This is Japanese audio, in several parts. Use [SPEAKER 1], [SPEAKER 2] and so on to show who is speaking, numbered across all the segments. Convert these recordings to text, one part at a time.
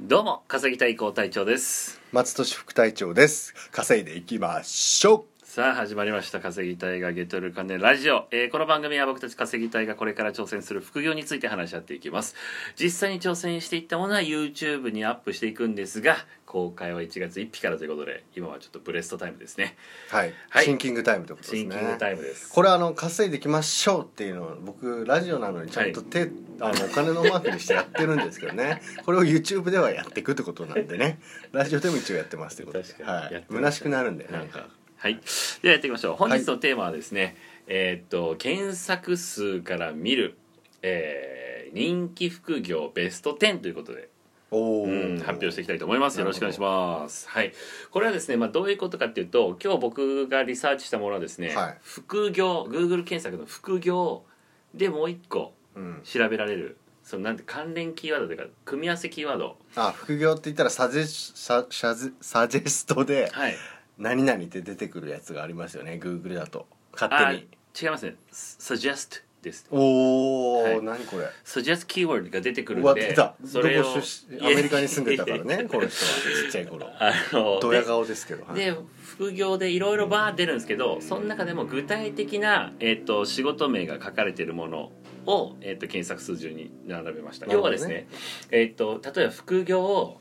[SPEAKER 1] どうも稼ぎたい高隊長です
[SPEAKER 2] 松戸市副隊長です稼いでいきましょ
[SPEAKER 1] さあ始まりました稼ぎたいがゲットルカネラジオ、えーこの番組は僕たち稼ぎたいがこれから挑戦する副業について話し合っていきます実際に挑戦していったものは YouTube にアップしていくんですが公開は1月1日からということで今はちょっとブレストタイムですね
[SPEAKER 2] うはい、
[SPEAKER 1] はい
[SPEAKER 2] シンキングタイムってことですね
[SPEAKER 1] シンキングタイムです
[SPEAKER 2] これあの稼いでいきましょうっていうのを僕ラジオなのにちゃんと手、あのお金のマークにしてやってるんですけどね これを YouTube ではやっていくってことなんでねラジオでも一応やってますってことで
[SPEAKER 1] 確かに
[SPEAKER 2] は
[SPEAKER 1] やって
[SPEAKER 2] い
[SPEAKER 1] ます
[SPEAKER 2] 虚しくなるんでなんか、
[SPEAKER 1] はい、ではやっていきましょう本日のテーマはですね、えーっと検索数から見る、えー人気副業ベスト10ということで、
[SPEAKER 2] おお、
[SPEAKER 1] うん発表していきたいと思いますよろ
[SPEAKER 2] なる
[SPEAKER 1] し
[SPEAKER 2] ほ
[SPEAKER 1] くお
[SPEAKER 2] ど
[SPEAKER 1] 願いしますはいこれはですね、まあ、どういうことかっていうと今日僕がリサーチしたものはですね、
[SPEAKER 2] はい
[SPEAKER 1] 副業 Google 検索の副業でもう一個
[SPEAKER 2] うん、
[SPEAKER 1] 調べられるそのなんて関連キーワードというか組み合わせキーワード
[SPEAKER 2] あ副業って言ったらサジェスササジェサジェストで
[SPEAKER 1] はい
[SPEAKER 2] 何々って出てくるやつがありますよね Google だと
[SPEAKER 1] あ
[SPEAKER 2] 勝手に
[SPEAKER 1] 違いますね suggest です
[SPEAKER 2] おお、
[SPEAKER 1] はい
[SPEAKER 2] 何これ
[SPEAKER 1] スジャスキーワードが出てくる
[SPEAKER 2] 終
[SPEAKER 1] ん
[SPEAKER 2] わっ
[SPEAKER 1] で
[SPEAKER 2] てた
[SPEAKER 1] それを
[SPEAKER 2] どこ出身アメリカに住んでたか らねこの人はちっちゃい頃
[SPEAKER 1] あの
[SPEAKER 2] ドヤ顔ですけどはい
[SPEAKER 1] でで副業でいろいろバー出るんですけどその中でも具体的な、えっと仕事名が書かれているものを、えっと検索数順に並べました、
[SPEAKER 2] なる
[SPEAKER 1] 要
[SPEAKER 2] ほ
[SPEAKER 1] は
[SPEAKER 2] どね
[SPEAKER 1] ですね、えっと例えば副業を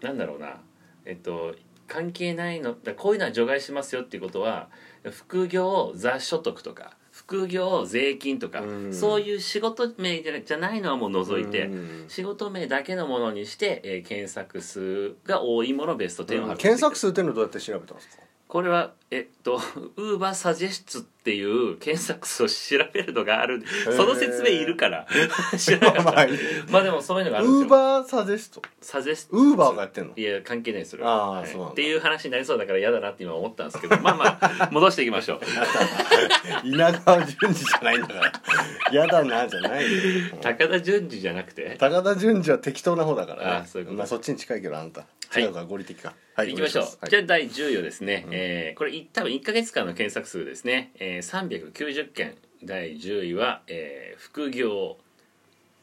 [SPEAKER 1] なんだろうな、えっと関係ないのだこういうのは除外しますよっていうことは副業を雑所得とか副業を税金とか、
[SPEAKER 2] うん
[SPEAKER 1] そういう仕事名じゃなじゃないのはもう除いて、
[SPEAKER 2] うん
[SPEAKER 1] 仕事名だけのものにして、えー検索数が多いものベスト10を発表してい
[SPEAKER 2] 検
[SPEAKER 1] く
[SPEAKER 2] 索数っていうのはどうやって調べたんですか
[SPEAKER 1] これはえっと ウーバーサジェスツっていう検索数を調べるのがある
[SPEAKER 2] ー
[SPEAKER 1] その説明いるから 知らなかった、
[SPEAKER 2] まあいい
[SPEAKER 1] まあでもそういうのがあるん
[SPEAKER 2] ウ
[SPEAKER 1] ですよ
[SPEAKER 2] ーバーサジェスト
[SPEAKER 1] サジェスト
[SPEAKER 2] ウーバーがやってんの
[SPEAKER 1] いや関係ないですそれ
[SPEAKER 2] ああ
[SPEAKER 1] はい
[SPEAKER 2] そうなんだ
[SPEAKER 1] っていう話になりそうだから嫌だなって今思ったんですけ どまあまあ戻していきましょう
[SPEAKER 2] 稲川淳二じゃないんだから 嫌だなじゃないよ
[SPEAKER 1] 高田純次じゃなくて
[SPEAKER 2] 高田淳二は適当な方だか
[SPEAKER 1] あ
[SPEAKER 2] らね
[SPEAKER 1] そういうこと
[SPEAKER 2] まあそっちに近いけどあんた
[SPEAKER 1] はい
[SPEAKER 2] 違うから合理的かはい
[SPEAKER 1] きましょう、
[SPEAKER 2] お願い
[SPEAKER 1] じゃ
[SPEAKER 2] ま
[SPEAKER 1] あ第10位はですね、えーこれい多分1か月間の検索数ですね、えー、390件第10位は、えー副業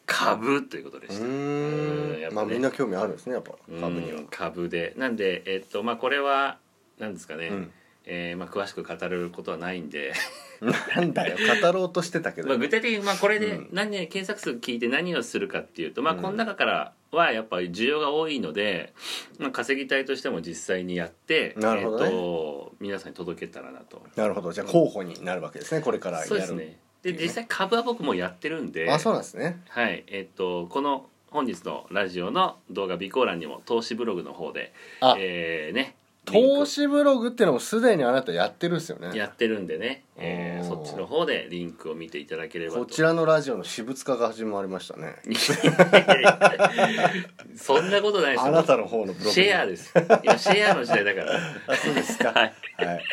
[SPEAKER 1] 株ということで
[SPEAKER 2] す
[SPEAKER 1] し
[SPEAKER 2] は
[SPEAKER 1] た
[SPEAKER 2] いう
[SPEAKER 1] うんや
[SPEAKER 2] ー
[SPEAKER 1] っ
[SPEAKER 2] ん
[SPEAKER 1] ぱね
[SPEAKER 2] まあみんな興味あるんですねやっぱ株には
[SPEAKER 1] うん株でなんでえっとまあこれはなんですかね、
[SPEAKER 2] うん
[SPEAKER 1] えーまあ、詳しく語ることはないんで、
[SPEAKER 2] なんだよ語ろうとしてたけ
[SPEAKER 1] まあ、
[SPEAKER 2] ど
[SPEAKER 1] 具体的にまあこれで
[SPEAKER 2] うん
[SPEAKER 1] 何で検索数聞いて何をするかっていうと、まあ、
[SPEAKER 2] うん
[SPEAKER 1] この中からはやっぱり需要が多いので、まあ、稼ぎたいとしても実際にやって、
[SPEAKER 2] なるほどね
[SPEAKER 1] えっと皆さんに届けたらなと
[SPEAKER 2] なるほどじゃあ候補になるわけですねこれからやる
[SPEAKER 1] そうですねで
[SPEAKER 2] っていうね
[SPEAKER 1] 実際株は僕もやってるんで
[SPEAKER 2] あそうなんですね
[SPEAKER 1] はいえっとこの本日のラジオの動画備考欄にも投資ブログの方で
[SPEAKER 2] あ
[SPEAKER 1] えーねリンク
[SPEAKER 2] 投資ブログってのもすでにあなたやってるっすよね
[SPEAKER 1] やってるんでね、えー
[SPEAKER 2] おー
[SPEAKER 1] そっちの方でリンクを見ていただければと
[SPEAKER 2] こちらのラジオの私物化が始まりましたね
[SPEAKER 1] そんなことないです
[SPEAKER 2] あなたの方のブログ
[SPEAKER 1] シェアです今シェアの時代だから
[SPEAKER 2] あそうですか
[SPEAKER 1] はい
[SPEAKER 2] はい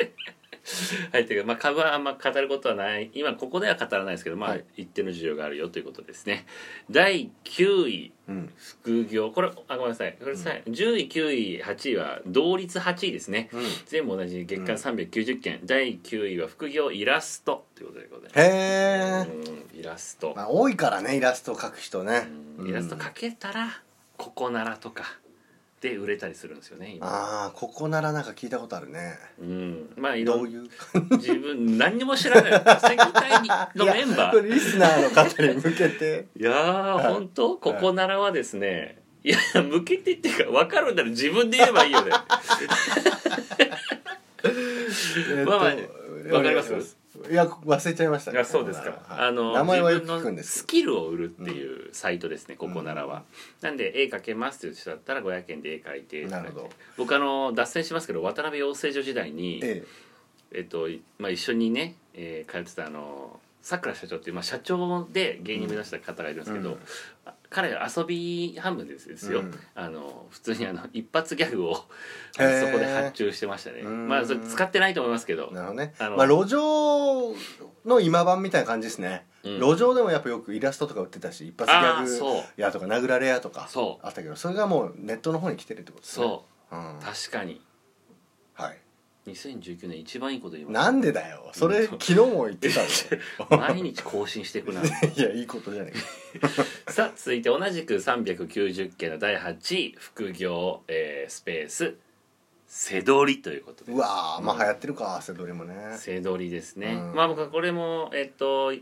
[SPEAKER 1] はいというか、まあ、株はあんま語ることはない今ここでは語らないですけど、まあ
[SPEAKER 2] はい
[SPEAKER 1] 一定の需要があるよということですね第9位
[SPEAKER 2] うん
[SPEAKER 1] 副業これあごめんなさいこれさ、10位9位8位は同率8位ですね、
[SPEAKER 2] うん
[SPEAKER 1] 全部同じ月間390件、第9位は副業イラストということでございます
[SPEAKER 2] へえ
[SPEAKER 1] うんイラスト、
[SPEAKER 2] まあ多いからねイラストを描く人ね
[SPEAKER 1] イラスト描けたらここならとかで売れたりするんですよね今
[SPEAKER 2] ああここならなんか聞いたことあるね
[SPEAKER 1] うんまあいろ
[SPEAKER 2] ど
[SPEAKER 1] ん
[SPEAKER 2] ういう
[SPEAKER 1] 自分何にも知らない稼ぎたいのメンバ
[SPEAKER 2] いやこ
[SPEAKER 1] ー
[SPEAKER 2] れリスナーの方に向けて
[SPEAKER 1] いやー
[SPEAKER 2] はい
[SPEAKER 1] 本当ここならはですねいや向けてっていうか分かるんだら自分で言えばいい よね
[SPEAKER 2] えっ と
[SPEAKER 1] まあまあわかります
[SPEAKER 2] いや忘れちゃいました
[SPEAKER 1] いやそうですか
[SPEAKER 2] はい
[SPEAKER 1] あの
[SPEAKER 2] 名前はよ
[SPEAKER 1] 自
[SPEAKER 2] く聞く
[SPEAKER 1] 分
[SPEAKER 2] ん
[SPEAKER 1] の
[SPEAKER 2] です
[SPEAKER 1] ス
[SPEAKER 2] け
[SPEAKER 1] キルを売るっていうサイトですねここなら
[SPEAKER 2] う
[SPEAKER 1] はなんで絵描けますっていう人だったら500円で絵描いていただいて
[SPEAKER 2] なるほど
[SPEAKER 1] 僕あの脱線しますけど渡辺養成所時代に
[SPEAKER 2] どええ
[SPEAKER 1] えっといまあ、一緒にね、えー通ってたあのさくら社長っていう、まあ、社長で芸人目指した方がいるんですけど、
[SPEAKER 2] うん
[SPEAKER 1] あ彼が遊び半分ですですよ、
[SPEAKER 2] うん
[SPEAKER 1] あの普通にあの一発ギャグをあ
[SPEAKER 2] へ
[SPEAKER 1] のそ
[SPEAKER 2] ー
[SPEAKER 1] こで発注してましたね、
[SPEAKER 2] うん
[SPEAKER 1] まあそれ使ってないと思いますけど
[SPEAKER 2] なるほどね
[SPEAKER 1] あの
[SPEAKER 2] まあ路上の今版みたいな感じですね、
[SPEAKER 1] うん
[SPEAKER 2] 路上でもやっぱよくイラストとか売ってたし一発ギ
[SPEAKER 1] ああ
[SPEAKER 2] ャグ
[SPEAKER 1] そう
[SPEAKER 2] やとか殴られやとか
[SPEAKER 1] そう
[SPEAKER 2] あったけどそれがもうネットの方に来てるってことですね、
[SPEAKER 1] そう
[SPEAKER 2] ん、は
[SPEAKER 1] う確かに
[SPEAKER 2] い
[SPEAKER 1] 2019年一番いいこと言いま
[SPEAKER 2] なんでだよそれ昨日も言ってた
[SPEAKER 1] す
[SPEAKER 2] の
[SPEAKER 1] 毎日更新していく な
[SPEAKER 2] いやいいことじゃない
[SPEAKER 1] さあ続いて同じく390件の第8位副業、えースペースせどりということで
[SPEAKER 2] うわーまあ流行ってるかセドリもね
[SPEAKER 1] せどりですね、
[SPEAKER 2] うん
[SPEAKER 1] まあ僕はこれもえっと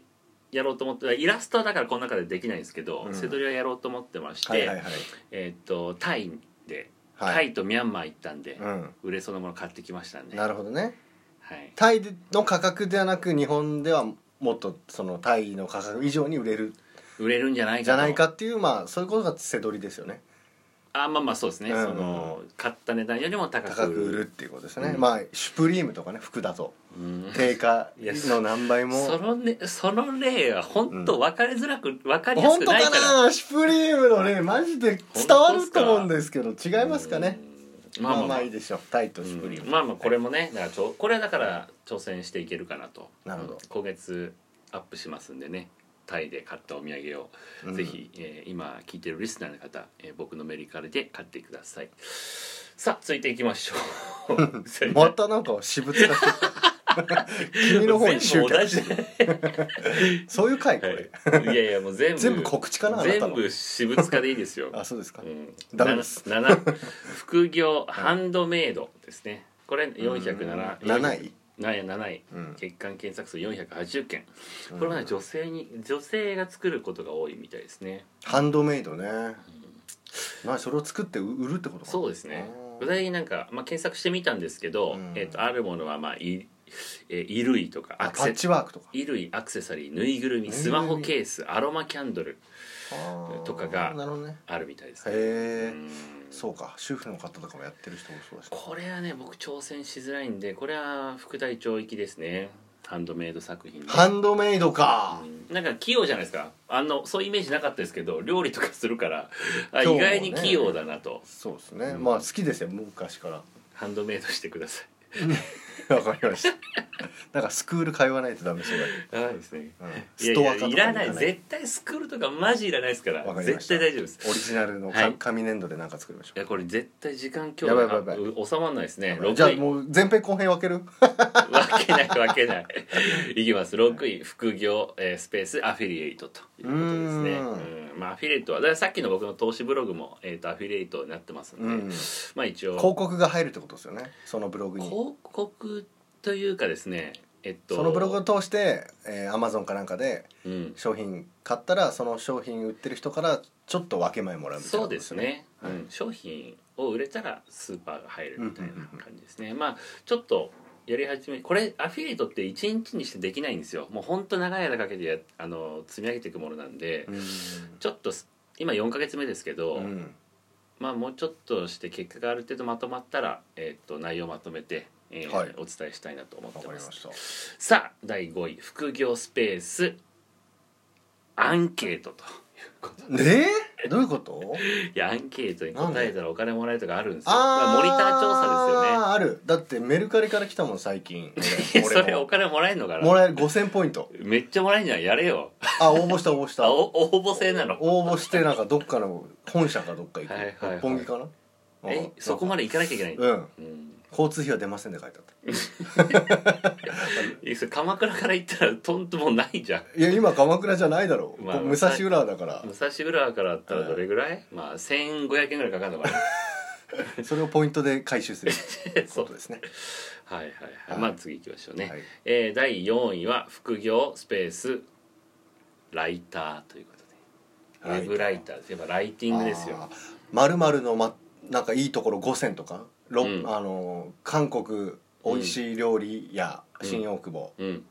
[SPEAKER 1] やろうと思ってイラストはだからこの中でできないんですけど、
[SPEAKER 2] うん
[SPEAKER 1] せどりはやろうと思ってまして、
[SPEAKER 2] はいはいはい
[SPEAKER 1] えっとタイで、
[SPEAKER 2] はい
[SPEAKER 1] タイとミャンマー行ったんで、
[SPEAKER 2] うん
[SPEAKER 1] 売れそうなもの買ってきましたね
[SPEAKER 2] なるほどね
[SPEAKER 1] はい、
[SPEAKER 2] タイの価格ではなく日本ではもっとそのタイの価格以上に売れる
[SPEAKER 1] 売れるんじゃないかと
[SPEAKER 2] じゃないかっていうまあそういうことがセドリですよね
[SPEAKER 1] あまあまあそうですね、
[SPEAKER 2] うん
[SPEAKER 1] その買った値段よりも高く
[SPEAKER 2] 高
[SPEAKER 1] 売
[SPEAKER 2] く売
[SPEAKER 1] る
[SPEAKER 2] るっていうことですね、
[SPEAKER 1] うん
[SPEAKER 2] まあシュプリームとかね服だと
[SPEAKER 1] うん
[SPEAKER 2] 定価
[SPEAKER 1] いや
[SPEAKER 2] の何倍も
[SPEAKER 1] そのねその例は本当分かりづらく、分かりやす
[SPEAKER 2] 本
[SPEAKER 1] く
[SPEAKER 2] 当
[SPEAKER 1] ないから
[SPEAKER 2] かなシュプリームのねマジで伝わると思うんですけど違いますかね
[SPEAKER 1] うん
[SPEAKER 2] ま
[SPEAKER 1] まあ
[SPEAKER 2] あ
[SPEAKER 1] ま
[SPEAKER 2] ま
[SPEAKER 1] あ
[SPEAKER 2] あ
[SPEAKER 1] まあ
[SPEAKER 2] いいでしょうタイと
[SPEAKER 1] う
[SPEAKER 2] シュプリーム、
[SPEAKER 1] んまあまあこれもねだからちょこれはだから挑戦していけるかなと
[SPEAKER 2] なるほど
[SPEAKER 1] うん今月アップしますんでねタイで買ったお土産を、
[SPEAKER 2] うん
[SPEAKER 1] ぜひ、えー今聞いてるリスナーの方、えー僕のメリカルで買ってくださいさあ続いていきましょ う
[SPEAKER 2] またなんか私物が君の方に集
[SPEAKER 1] 全部同
[SPEAKER 2] 客
[SPEAKER 1] じ
[SPEAKER 2] そういう回これ、
[SPEAKER 1] はい、いやいやもう全部
[SPEAKER 2] 全部告知かなあなた
[SPEAKER 1] 全
[SPEAKER 2] の
[SPEAKER 1] 部私物化でいいですよ
[SPEAKER 2] あそうですか、
[SPEAKER 1] うん
[SPEAKER 2] ダメです
[SPEAKER 1] なな副業ハンドメイドですねこれ407
[SPEAKER 2] 7位
[SPEAKER 1] なんや7位、
[SPEAKER 2] うん
[SPEAKER 1] 月間検索数480件
[SPEAKER 2] うん
[SPEAKER 1] これはね女性に女性が作ることが多いみたいですね
[SPEAKER 2] ハンドメイドね、まあそれを作って売るってことか
[SPEAKER 1] そうですね
[SPEAKER 2] あ
[SPEAKER 1] 具体的になんか、まあ、検索してみたんですけど、
[SPEAKER 2] うん
[SPEAKER 1] えっとあるものは、まあいえー衣類とか
[SPEAKER 2] ーあ
[SPEAKER 1] アク
[SPEAKER 2] パ
[SPEAKER 1] セ
[SPEAKER 2] ッチワークとか
[SPEAKER 1] 衣類アクセサリーぬいぐるみ
[SPEAKER 2] ぬいぐるみ
[SPEAKER 1] スマホケースアロマキャンドル
[SPEAKER 2] あー
[SPEAKER 1] とかが
[SPEAKER 2] なるほどね
[SPEAKER 1] あるみたいですねう
[SPEAKER 2] へえ
[SPEAKER 1] ん
[SPEAKER 2] そうか主婦の方とかもやってる人もそうだし
[SPEAKER 1] これはね僕挑戦しづらいんでこれは副隊長行きですねハンドメイド作品で
[SPEAKER 2] ハンドメイドか
[SPEAKER 1] なんか器用じゃないですかあのそういうイメージなかったですけど料理とかするから、あ
[SPEAKER 2] 今日も
[SPEAKER 1] 意
[SPEAKER 2] ね
[SPEAKER 1] 外に器用だなと
[SPEAKER 2] そうですね、
[SPEAKER 1] うん
[SPEAKER 2] まあ好きですよ昔から
[SPEAKER 1] ハンドメイドしてくださ
[SPEAKER 2] わかりました。 なんかスクール通わないとダメそうだけ
[SPEAKER 1] いはいですね
[SPEAKER 2] ど。うん
[SPEAKER 1] いや
[SPEAKER 2] ス
[SPEAKER 1] い
[SPEAKER 2] トア
[SPEAKER 1] や
[SPEAKER 2] 化とか
[SPEAKER 1] いらない絶対スクールとかマジいらないですから
[SPEAKER 2] わかりま
[SPEAKER 1] 絶
[SPEAKER 2] した
[SPEAKER 1] 対大丈夫です
[SPEAKER 2] オリジナルのか
[SPEAKER 1] はい
[SPEAKER 2] 紙粘土でなんか作りまし
[SPEAKER 1] い
[SPEAKER 2] ょ
[SPEAKER 1] やこれ絶対時間今
[SPEAKER 2] やばいやばいや
[SPEAKER 1] 日収まらないですね
[SPEAKER 2] う。じゃあ
[SPEAKER 1] 6位
[SPEAKER 2] もう前編後編分ける。
[SPEAKER 1] わけないわけ ないいきます6位副業、えースペースアフィリエイトということですね
[SPEAKER 2] う
[SPEAKER 1] うんまあアフィリエイトはだからさっきの僕の投資ブログも、えー、とアフィリエイトになってますんで、
[SPEAKER 2] うん
[SPEAKER 1] まあ一応
[SPEAKER 2] 広告が入るってことですよね。そのブログに。
[SPEAKER 1] 広告というかですねえっと
[SPEAKER 2] そのブログを通して、えー、Amazon かなんかで
[SPEAKER 1] うん、
[SPEAKER 2] 商品買ったらその商品売ってる人からちょっと分け前もらうみたいな
[SPEAKER 1] そ
[SPEAKER 2] こ
[SPEAKER 1] う
[SPEAKER 2] と
[SPEAKER 1] ですね、うん、商品を売れたらスーパーが入るみたいな感じですね、まあちょっとやり始めこれアフィリエイトって1日にしてできないんですよもうほんと長い間かけてやあの積み上げていくものなんで、ちょっとす今4ヶ月目ですけど、
[SPEAKER 2] うんうん
[SPEAKER 1] まあもうちょっとして結果がある程度まとまったら、えっと内容をまとめて、えー
[SPEAKER 2] はい
[SPEAKER 1] お伝えしたいなと思って
[SPEAKER 2] わか
[SPEAKER 1] ま
[SPEAKER 2] り
[SPEAKER 1] す
[SPEAKER 2] ました
[SPEAKER 1] さあ第5位副業スペースアンケートということ
[SPEAKER 2] えー、どういうこと
[SPEAKER 1] いやアンケートに答えたらお金もらえるとかあるんですよ
[SPEAKER 2] あ
[SPEAKER 1] まあ
[SPEAKER 2] ー
[SPEAKER 1] モニター調査
[SPEAKER 2] あるだってメルカリから来たもん最 近
[SPEAKER 1] ですよね
[SPEAKER 2] 俺
[SPEAKER 1] それお金もらえるのか
[SPEAKER 2] も
[SPEAKER 1] な
[SPEAKER 2] らえる5000ポイント
[SPEAKER 1] めっちゃもらえるじゃんやれよ
[SPEAKER 2] あ応募した応募し
[SPEAKER 1] あ
[SPEAKER 2] た応
[SPEAKER 1] お応募制なの
[SPEAKER 2] 募してなんかどっかの本社かどっか行く、
[SPEAKER 1] はいはいはい
[SPEAKER 2] 六本木かな
[SPEAKER 1] えそこ
[SPEAKER 2] ま
[SPEAKER 1] まで行かなきゃいけない
[SPEAKER 2] でうん
[SPEAKER 1] うん
[SPEAKER 2] 交通費は出ませんで書いてあっ
[SPEAKER 1] いやそれ鎌倉から行ったらとんともうないじゃん
[SPEAKER 2] たいや今鎌倉じゃないだろう、
[SPEAKER 1] まあ
[SPEAKER 2] ここ武蔵浦和だから
[SPEAKER 1] 武蔵浦からだったらどれぐらいまあ1500円ぐらいかかるのかな
[SPEAKER 2] それをポイントで回収する
[SPEAKER 1] そ
[SPEAKER 2] こ
[SPEAKER 1] う
[SPEAKER 2] とですね
[SPEAKER 1] はいはいは
[SPEAKER 2] はいい
[SPEAKER 1] まあ次行きましょうね
[SPEAKER 2] はい
[SPEAKER 1] えー第4位は副業スペースライターということでウ
[SPEAKER 2] ライタ
[SPEAKER 1] ェブライター
[SPEAKER 2] ー
[SPEAKER 1] ですやっぱライティングですよ
[SPEAKER 2] あー丸々の、ま、なんかいいところ5000とか、ろ
[SPEAKER 1] うん
[SPEAKER 2] あのー韓国美味しい料理や、
[SPEAKER 1] うん
[SPEAKER 2] 新大久保
[SPEAKER 1] うん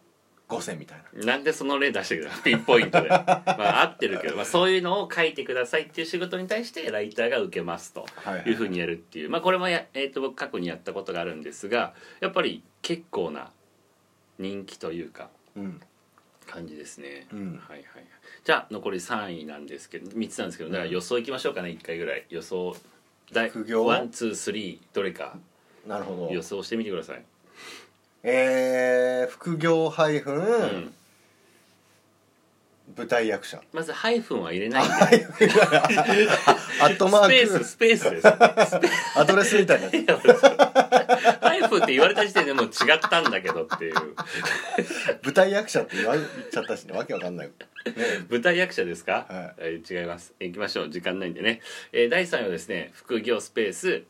[SPEAKER 2] 5000みたいな
[SPEAKER 1] なんでその例出してくるのピンポイントでまあ合ってるけど、まあ、そういうのを書いてくださいっていう仕事に対してライターが受けますと
[SPEAKER 2] はい
[SPEAKER 1] いうふうにやるっていう、まあ、これもや、えー、と僕過去にやったことがあるんですがやっぱり結構な人気というか
[SPEAKER 2] うん
[SPEAKER 1] 感じですね、
[SPEAKER 2] うん
[SPEAKER 1] はいはいはいじゃあ残り3位なんですけど3つなんですけどだから予想いきましょうかね1回ぐらい予想第
[SPEAKER 2] 副業
[SPEAKER 1] ワンツースリーどれか
[SPEAKER 2] なるほど
[SPEAKER 1] 予想してみてください、
[SPEAKER 2] えー、副業配分、
[SPEAKER 1] うん
[SPEAKER 2] 舞台役者
[SPEAKER 1] まずハイフンは入れないんで
[SPEAKER 2] アットマ
[SPEAKER 1] スペ
[SPEAKER 2] ー
[SPEAKER 1] ース
[SPEAKER 2] ク
[SPEAKER 1] スペースですね
[SPEAKER 2] アドレスみたいになってる
[SPEAKER 1] いやハイフンって言われた時点でもう違ったんだけどって いう
[SPEAKER 2] 舞台役者って言われちゃったしねわけわかんない、ね、
[SPEAKER 1] 舞台役者ですか、
[SPEAKER 2] は
[SPEAKER 1] はい、違います行きましょう時間ないんでね、えー第3位はですね副業スペース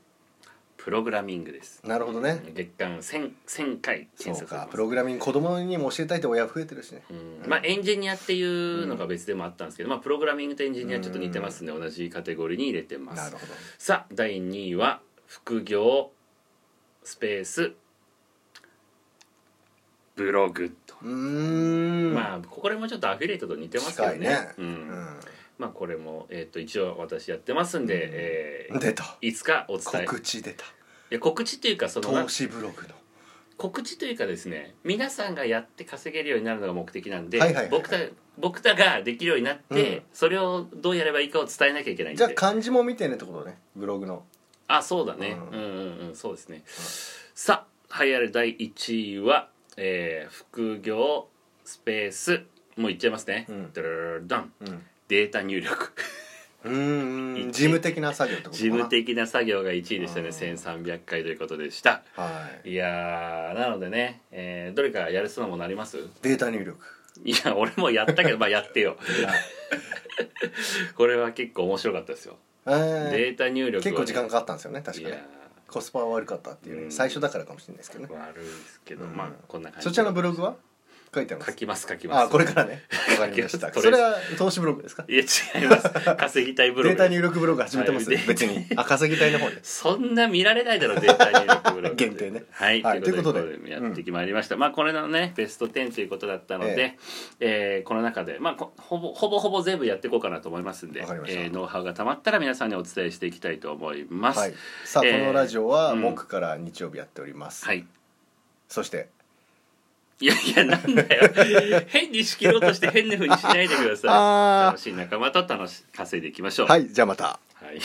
[SPEAKER 1] プログラミングです
[SPEAKER 2] なるほどね
[SPEAKER 1] 月間 1000, 1000回
[SPEAKER 2] そ
[SPEAKER 1] 検索
[SPEAKER 2] う
[SPEAKER 1] され
[SPEAKER 2] か
[SPEAKER 1] て
[SPEAKER 2] プ
[SPEAKER 1] ます
[SPEAKER 2] ログラミング子供にも教えたいって親増えてるしね
[SPEAKER 1] うんまあ、エンジニアっていうのが別でもあったんですけど、まあ、プログラミングとエンジニアちょっと似てますんで同じカテゴリーに入れてま
[SPEAKER 2] な
[SPEAKER 1] す
[SPEAKER 2] るほど
[SPEAKER 1] さあ第2位は副業スペースブログと、
[SPEAKER 2] うーん
[SPEAKER 1] まあこれもちょっとアフィリエイトと似てますけどね
[SPEAKER 2] 近いね
[SPEAKER 1] う
[SPEAKER 2] うんん
[SPEAKER 1] まあこれも、えー、と一応私やってますんで、えー
[SPEAKER 2] 出た
[SPEAKER 1] いつかお伝え
[SPEAKER 2] 告知出た
[SPEAKER 1] いや告知というかそのな
[SPEAKER 2] 投資ブログの
[SPEAKER 1] 告知というかですね皆さんがやって稼げるようになるのが目的なんで、
[SPEAKER 2] はいはいはいはい
[SPEAKER 1] 僕た僕らができるようになって、
[SPEAKER 2] うん
[SPEAKER 1] それをどうやればいいかを伝えなきゃいけないん
[SPEAKER 2] じゃあ
[SPEAKER 1] で
[SPEAKER 2] 漢字も見てねってことねブログの
[SPEAKER 1] あそうだね、う、
[SPEAKER 2] うん
[SPEAKER 1] うんうんそうですね、さあ栄えある第1位は、えー副業スペースもういっちゃいますね、
[SPEAKER 2] うん
[SPEAKER 1] ドゥルルルルドン
[SPEAKER 2] うん
[SPEAKER 1] データ入 力
[SPEAKER 2] うーん
[SPEAKER 1] 一
[SPEAKER 2] 事務的な作業ってことか
[SPEAKER 1] 事
[SPEAKER 2] な
[SPEAKER 1] 務的な作業が1位でしたね
[SPEAKER 2] あー
[SPEAKER 1] 1300回ということでした
[SPEAKER 2] はい
[SPEAKER 1] いやーなのでね、えーどれかやれそうなものあります
[SPEAKER 2] データ入力
[SPEAKER 1] いや俺もや ったけどまあやってよこれは結構面白かったですよ、
[SPEAKER 2] え
[SPEAKER 1] データ入
[SPEAKER 2] ー
[SPEAKER 1] 力は
[SPEAKER 2] 結構時間かかったんですよね確
[SPEAKER 1] い
[SPEAKER 2] か
[SPEAKER 1] や
[SPEAKER 2] ねコスパは悪かったっていう
[SPEAKER 1] う
[SPEAKER 2] ね
[SPEAKER 1] ん
[SPEAKER 2] 最初だからかもしれないですけどね
[SPEAKER 1] ー悪いですけど、
[SPEAKER 2] うん
[SPEAKER 1] まあこんな感じ
[SPEAKER 2] そちらのブログは書いてま
[SPEAKER 1] 書
[SPEAKER 2] す
[SPEAKER 1] きます 書きます
[SPEAKER 2] あこれからねわかりました
[SPEAKER 1] と
[SPEAKER 2] そ
[SPEAKER 1] りあえず
[SPEAKER 2] れは投資ブログですか
[SPEAKER 1] いや違います 稼ぎたいブロ
[SPEAKER 2] デ
[SPEAKER 1] グ
[SPEAKER 2] ータ入力ブログ始めてます
[SPEAKER 1] はい
[SPEAKER 2] 別にあ稼ぎたいの方で
[SPEAKER 1] そんな見られないだろデータ入力ブログ
[SPEAKER 2] 限定ね
[SPEAKER 1] はい、
[SPEAKER 2] はい
[SPEAKER 1] ということで
[SPEAKER 2] ということで
[SPEAKER 1] やってきまいりました、まあこれのねベスト10ということだったので、えーこの中で、まあ、こほぼほぼほぼ全部やっていこうかなと思いますんで
[SPEAKER 2] わかりました
[SPEAKER 1] えーノウハウがたまったら皆さんにお伝えしていきたいと思います
[SPEAKER 2] はいさあこ
[SPEAKER 1] えー
[SPEAKER 2] のラジオは
[SPEAKER 1] うん
[SPEAKER 2] 木から日曜日やっております
[SPEAKER 1] はい
[SPEAKER 2] そして
[SPEAKER 1] いやいやなんだ よ変に仕切ろうとして変なふうにしないでください
[SPEAKER 2] あー
[SPEAKER 1] 楽しい仲間と楽し稼いでいきましょう
[SPEAKER 2] はいじゃあまた
[SPEAKER 1] はい